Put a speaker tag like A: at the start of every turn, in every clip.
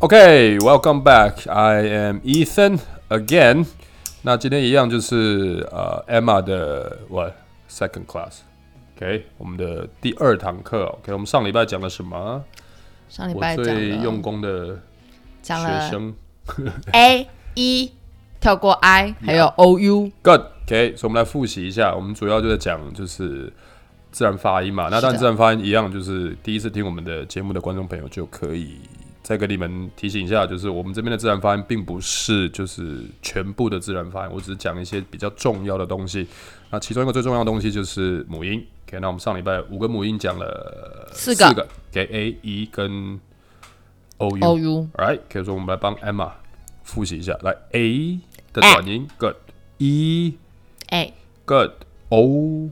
A: OK, welcome back. I am Ethan again. 那今天一样就是呃 Emma 的 what second class。OK，我们的第二堂课。OK，我们上礼拜讲了什么？
B: 上礼
A: 我
B: 拜讲
A: 最用
B: 了
A: 功的
B: 讲
A: 学
B: 了
A: 生。
B: A 一跳过 I，还有 O U，
A: Good。OK，所以我们来复习一下。我们主要就在讲就是自然发音嘛。那当
B: 是
A: 然
B: 的
A: 自然发音一样，就是第一次听我们的节目的观众朋友就可以再跟你们提醒一下，就是我们这边的自然发音并不是就是全部的自然发音，我只是讲一些比较重要的东西。那其中一个最重要的东西就是母音。OK，那我们上礼拜五个母音讲了
B: 四个
A: 个，OK A E 跟 O U。
B: O U
A: All right，可以说我们来帮 Emma 复习一下，来 A 的短音 E good，E
B: A
A: good，O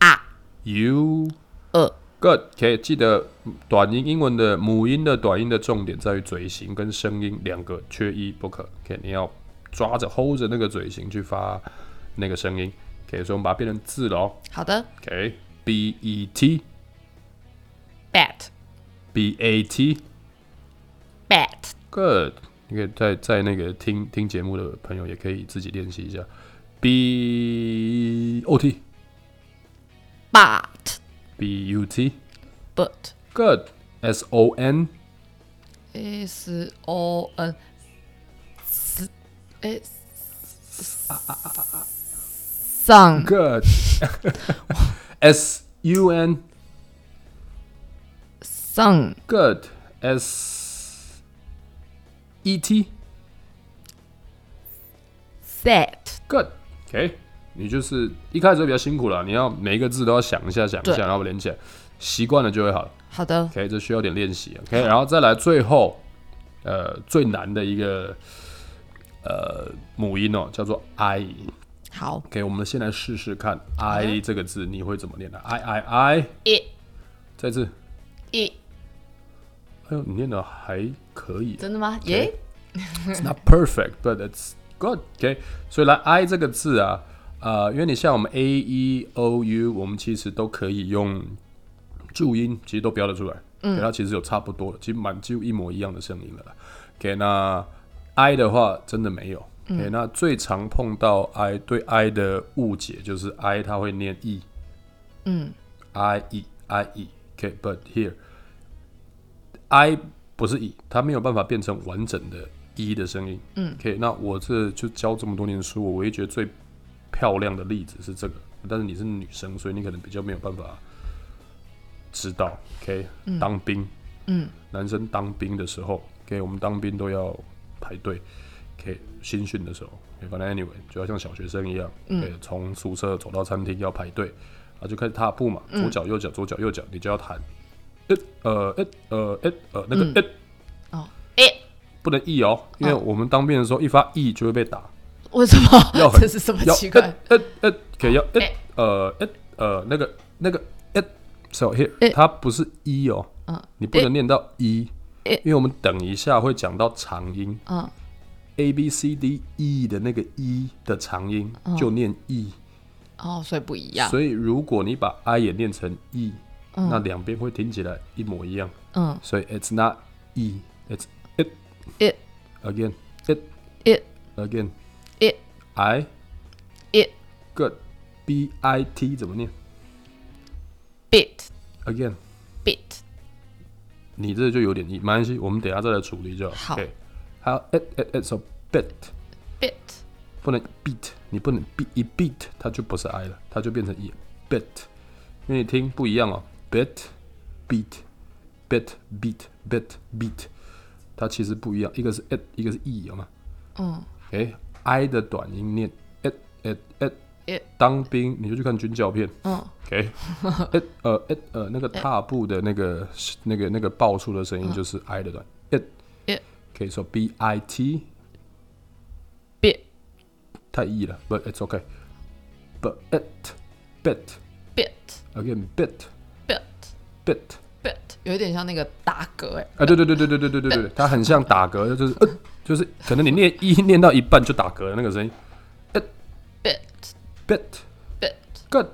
B: 啊
A: U
B: 二
A: good，可以记得短音英文的母音的短音的重点在于嘴型跟声音两个缺一不可。OK，你要抓着 hold 着那个嘴型去发那个声音。OK，所以我们把它变成字了哦。
B: 好的
A: OK，B E T
B: bat
A: B A T
B: bat
A: Good，你可以在在那个听听节目的朋友也可以自己练习一下。B O T
B: but
A: B U T
B: but
A: Good S O N
B: S O N S S song
A: Good S U N
B: song
A: Good S E T
B: set
A: Good OK，你就是一开始会比较辛苦了，你要每一个字都要想一下想一
B: 对
A: 下，然后连起来，习惯了就会好了。
B: 好的
A: OK，这需要点练习。OK，然后啊再来最后，呃，最难的一个呃母音哦，叫做 I。
B: 好
A: OK，我们先来试试看 I 这个字你会怎么念呢、i I I，
B: 一
A: 再次，
B: 一
A: 哎呦，你念的还可以啊
B: 真的吗？耶
A: It's，Not perfect，but it's good。OK，所以来 I 这个字啊，呃，因为你像我们 A E O U，我们其实都可以用注音，其实都标得出来。嗯，它其实有差不多，其实蛮几乎一模一样的声音了啦。OK，那 I 的话真的没有。OK，、那最常碰到 I 对 I 的误解就是 I 它会念 E，嗯，I E I E。OK，but、here I 不是 E，它没有办法变成完整的 E 的声音。嗯，OK，那我这就教这么多年书，我唯一觉得最漂亮的例子是这个，但是你是女生，所以你可能比较没有办法知道。OK，、当兵，嗯，男生当兵的时候，OK，我们当兵都要排队，OK，新训的时候，OK，反正 anyway 就要像小学生一样，OK，从宿舍走到餐厅要排队，啊，就开始踏步嘛，左脚右脚左脚右脚，你就要弹，呃呃呃呃呃呃那个呃、
B: 哦诶，
A: 不能 e 哦，因为我们当兵的时候一发 e 就会被打。
B: 为什
A: 要很
B: 么？哦 这是什么
A: 要
B: 奇怪？
A: 呃呃呃，可以要呃
B: 哎
A: 呃呃呃那个那个呃，so
B: 哎
A: here 它不是一哦
B: 嗯，
A: 你不能念到一，
B: 哎
A: 因为我们等一下会讲到长音
B: 嗯
A: a b c d e 的那个一的长音
B: 嗯
A: 就念 e，
B: 哦，所以不一样。
A: 所以如果你把 i 也念成 e，
B: 嗯
A: 那两边会听起来一模一样，
B: 嗯
A: 所以 it's not e，it's it
B: ，it
A: again it
B: it
A: again
B: it
A: i
B: it
A: good b i t 怎么念
B: bit
A: again？
B: bit
A: 你这就有点硬，没关系，我们等一下再来处理就
B: 好
A: OK，还有 it it it's a bit，
B: bit
A: 不能 beat，你不能 beat 一 beat 它就不是 i 了，它就变成一 bit，因为你听不一样哦，bit beat bit beat bit beat，它其实不一样，一个是 it，一个是 e 有吗？
B: 嗯
A: 哎、i 的短音念 it it it，
B: it
A: 当兵你就去看军教片。
B: 嗯
A: OK，呃呃呃呃，那个踏步的那个那个那个爆出的声音就是 i 的短，it
B: it
A: 可以说 b i t
B: bit
A: 太 e 了，but it's okay，but it bit
B: bit
A: again bit
B: bit
A: bit，
B: bit 有一点像那个打嗝哎，
A: 啊对对对对对对对对对，它很像打嗝，就是呃就是可能你念一念到一半就打嗝的那个声音，it
B: bit
A: bit
B: bit
A: good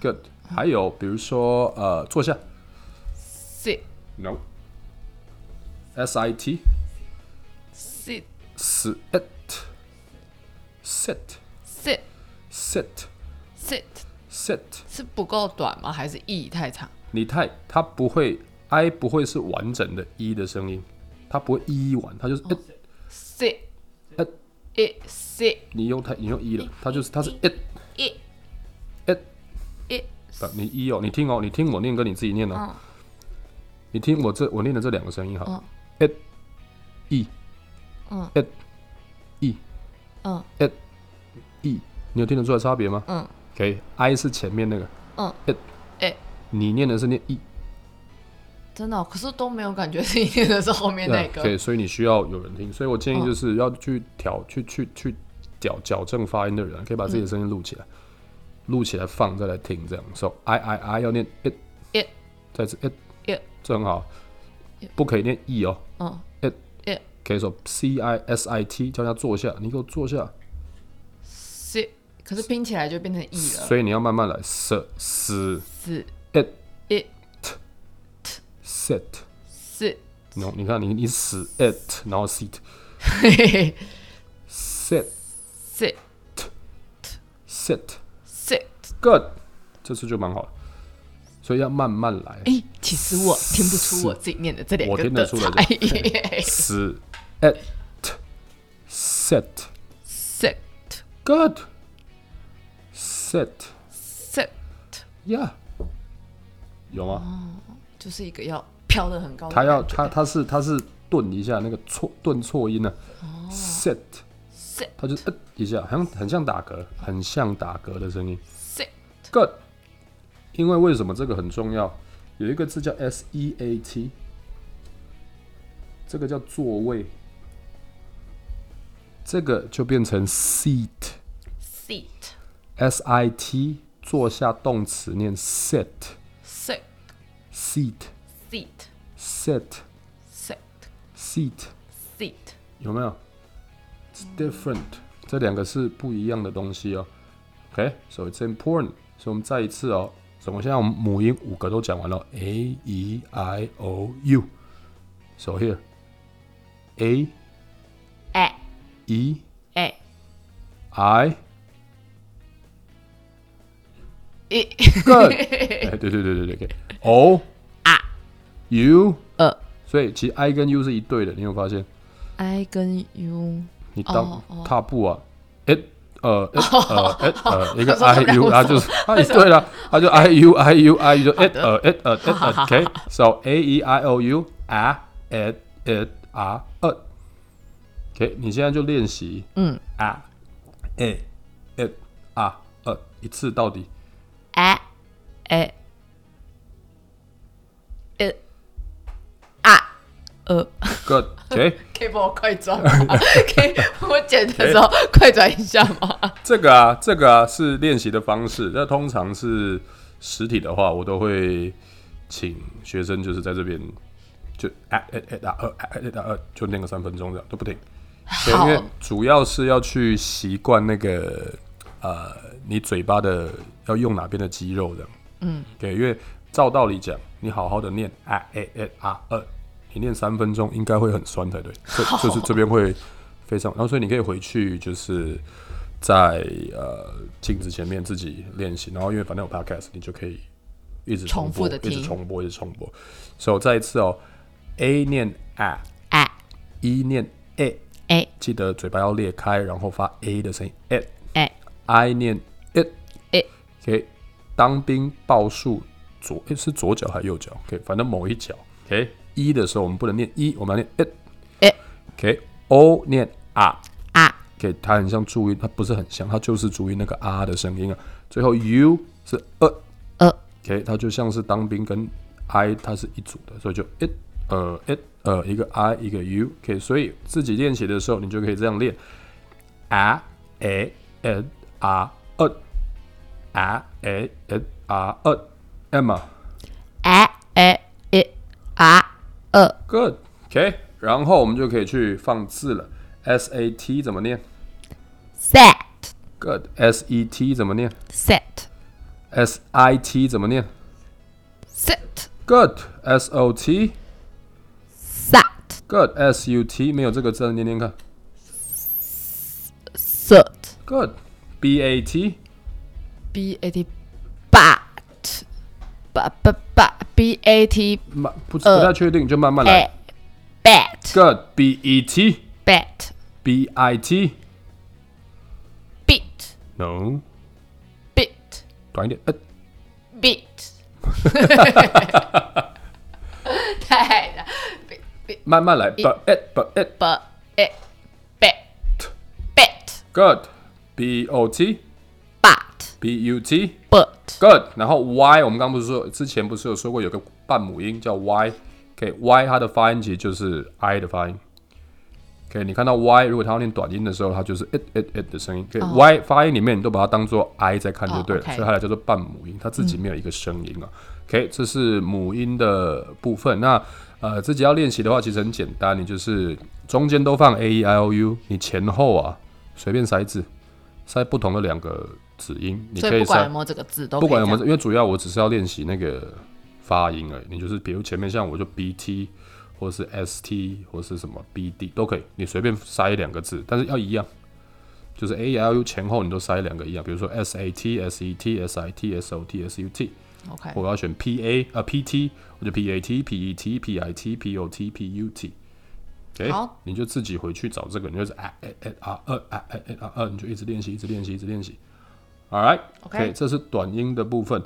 A: good，还有比如说呃坐下
B: sit
A: ，no，s i t
B: sit
A: sit sit
B: sit
A: sit
B: sit
A: sit，
B: 是不够短吗？还是 e 太长？
A: 你太它不会 i 不会是完整的 e 的声音，它不会 e 完，它就是 it，
B: sit
A: 呃
B: it sit
A: 你用它你用 e 了，它就是它是 it
B: it
A: it，
B: it
A: 呃你 e 哦，你听哦，你听我念跟你自己念哦，
B: 嗯
A: 你听我这我念的这两个声音哈，it e，
B: 嗯
A: it e
B: 嗯
A: it e，你有听得出来差别吗？
B: 嗯
A: ，OK，i 是前面那个
B: 嗯
A: it，
B: 哎，
A: 你念的是念 e。
B: 真的哦、可是都没有感觉是 e 的是后面那
A: 对啊
B: 个
A: ，OK，所以你需要有人听，所以我建议
B: 嗯
A: 就是要去调、去去去矫矫正发音的人，可以把自己的声音录起来，录、起来放再来听，这样。So I I I 要念 it
B: it
A: 再次 it，
B: it
A: 这很好，不可以念 e 哦
B: 嗯
A: ，it
B: it
A: 可以说 c i s i t，叫他坐下，你给我坐下。
B: sit，可是拼起来就变成 e 了，
A: 所以你要慢慢来，s s
B: 是
A: it
B: it
A: sit，
B: sit
A: 你懂你看你你死 it，然后 sit sit
B: sit
A: sit
B: sit。
A: good，这次就蛮好了，所以要慢慢来。
B: 哎、其实我听不出我自己念的这两
A: 我
B: 个
A: 听
B: 的
A: 得出来
B: 差异。
A: 死 at set
B: sit
A: good set
B: sit
A: yeah 有吗？
B: 就是一个要飘得很高的
A: 他
B: 感觉，
A: 要他他是他是顿一下那个错顿错音呢、set
B: sit
A: 他就是、呃一下，好像很像打嗝，很像打嗝的声音。
B: sit
A: good，因为为什么这个很重要？有一个字叫 S E A T，这个叫座位，这个就变成 seat。
B: sit
A: S I T 坐下动词念 sit
B: sit
A: seat
B: sit
A: sit
B: sit
A: seat，
B: sit
A: 有没有？It's different，这两个是不一样的东西哦。OK，so、it's important。所以我们再一次哦，总共现在我们母音五个都讲完了，A E I O U。So here A
B: 哎
A: E
B: 哎
A: I
B: 一
A: good，哎，对对对对对，OK O
B: 啊
A: U，
B: 呃
A: 所以其实 I 跟 U 是一对的，你有没有发现？
B: i 跟 u
A: 你
B: 哦
A: 当
B: 哦
A: 踏步啊，诶呃诶呃诶呃， 一个
B: 我说他
A: I
B: 们两
A: U，
B: 个
A: 然后 就是哎对了，他就 I U I U I U 就诶呃诶呃诶
B: 好好
A: 呃
B: 好
A: ，OK，so A E I O U 啊 a a a a a。OK，你现在就练习，啊
B: 嗯
A: a a a a a 啊呃一次到底
B: 哎哎呃啊呃，
A: ，Good，OK，、
B: 可以帮我快 转吗？可以帮我剪的时候快转一下吗？
A: 这个啊，这个啊是练习的方式。那通常是实体的话，我都会请学生就是在这边就哎哎哎打二哎哎打二，就练个三分钟这样都不停。对，因为主要是要去习惯那个呃，你嘴巴的要用哪边的肌肉这样。嗯，对，因为照道理讲，你好好的念哎哎哎啊二，你念三分钟应该会很酸才对，这就是这边会非常，然后所以你可以回去就是在呃镜子前面自己练习，然后因为反正有 podcast，你就可以一直
B: 重复
A: 播
B: 地
A: 一直
B: 听
A: 重播，一直重播。所以我再一次哦，a 念啊
B: 哎
A: ，e 念 a，
B: 哎
A: 记得嘴巴要裂开，然后发 a 的声音，a
B: 哎
A: i 念 it。
B: 哎
A: OK，当兵报数左诶是左脚还是右脚？OK，反正某一脚。OK，一的时候我们不能念一，我们要念 it。
B: 哎
A: OK，o 念啊。
B: 啊
A: OK，它很像注音，它不是很像，它就是注音那个啊的声音啊。最后 u 是呃
B: 呃
A: OK，它就像是当兵跟 I 它是一组的，所以就 it 呃 it 呃一个 I 一个 U。OK，所以自己练习的时候，你就可以这样练啊 a a r 二啊 a a r 二 Emma
B: 哎哎一啊呃
A: good OK，然后我们就可以去放字了。S A T 怎么念
B: set
A: ？Good S E T 怎么念
B: set
A: ？S I T 怎么念
B: set
A: ？Good S O T
B: sat
A: Good S U T 没有这个字，念念看。
B: ，sut
A: Good B A T
B: b a t bat b b b b a t
A: 慢不不
B: 呃
A: 太确定，就慢慢来。
B: a bat
A: Good B E T
B: bat
A: B I T
B: beat
A: no
B: beat
A: 短一点。呃
B: beat，太难，beat beat
A: 慢慢来。But it but it
B: but it e, bet bet
A: good B O T
B: but
A: B U T
B: but
A: good。然后 Y 我们刚不是说之前不是有说过有个半母音叫 Y。OK，Y 它的发音其实就是 I 的发音。OK，你看到 Y 如果它要念短音的时候，它就是 it it it 的声音。OK，Y 发音里面你都把它当做 I 在看就对了，
B: 哦，OK 嗯
A: 所以它俩叫做半母音，它自己没有一个声音啊。OK，这是母音的部分。那呃，自己要练习的话，其实很简单，你就是中间都放 A E I O U，你前后啊随便塞字，塞不同的两个子音，你
B: 所
A: 可
B: 以不管
A: 塞
B: 有没有这个字都
A: 不管
B: 可
A: 有
B: 以
A: 没有
B: 这
A: 这，因为主要我只是要练习那个发音而已。你就是比如前面像我就 B T 或是 S T 或是什么 B D 都可以，你随便塞两个字，但是要一样，就是 A L U 前后你都塞两个一样，比如说 S A T S E T S I T S O T S U T。
B: 样 OK
A: 我要选 P A 呃 P T，我就 P A T P E T P I T P O T P U T。OK，
B: 好
A: 你就自己回去找这个，你就是啊哎哎啊二啊哎哎啊二，你就一直练习，一直练习，一直练习。All right，
B: OK
A: 这是短音的部分。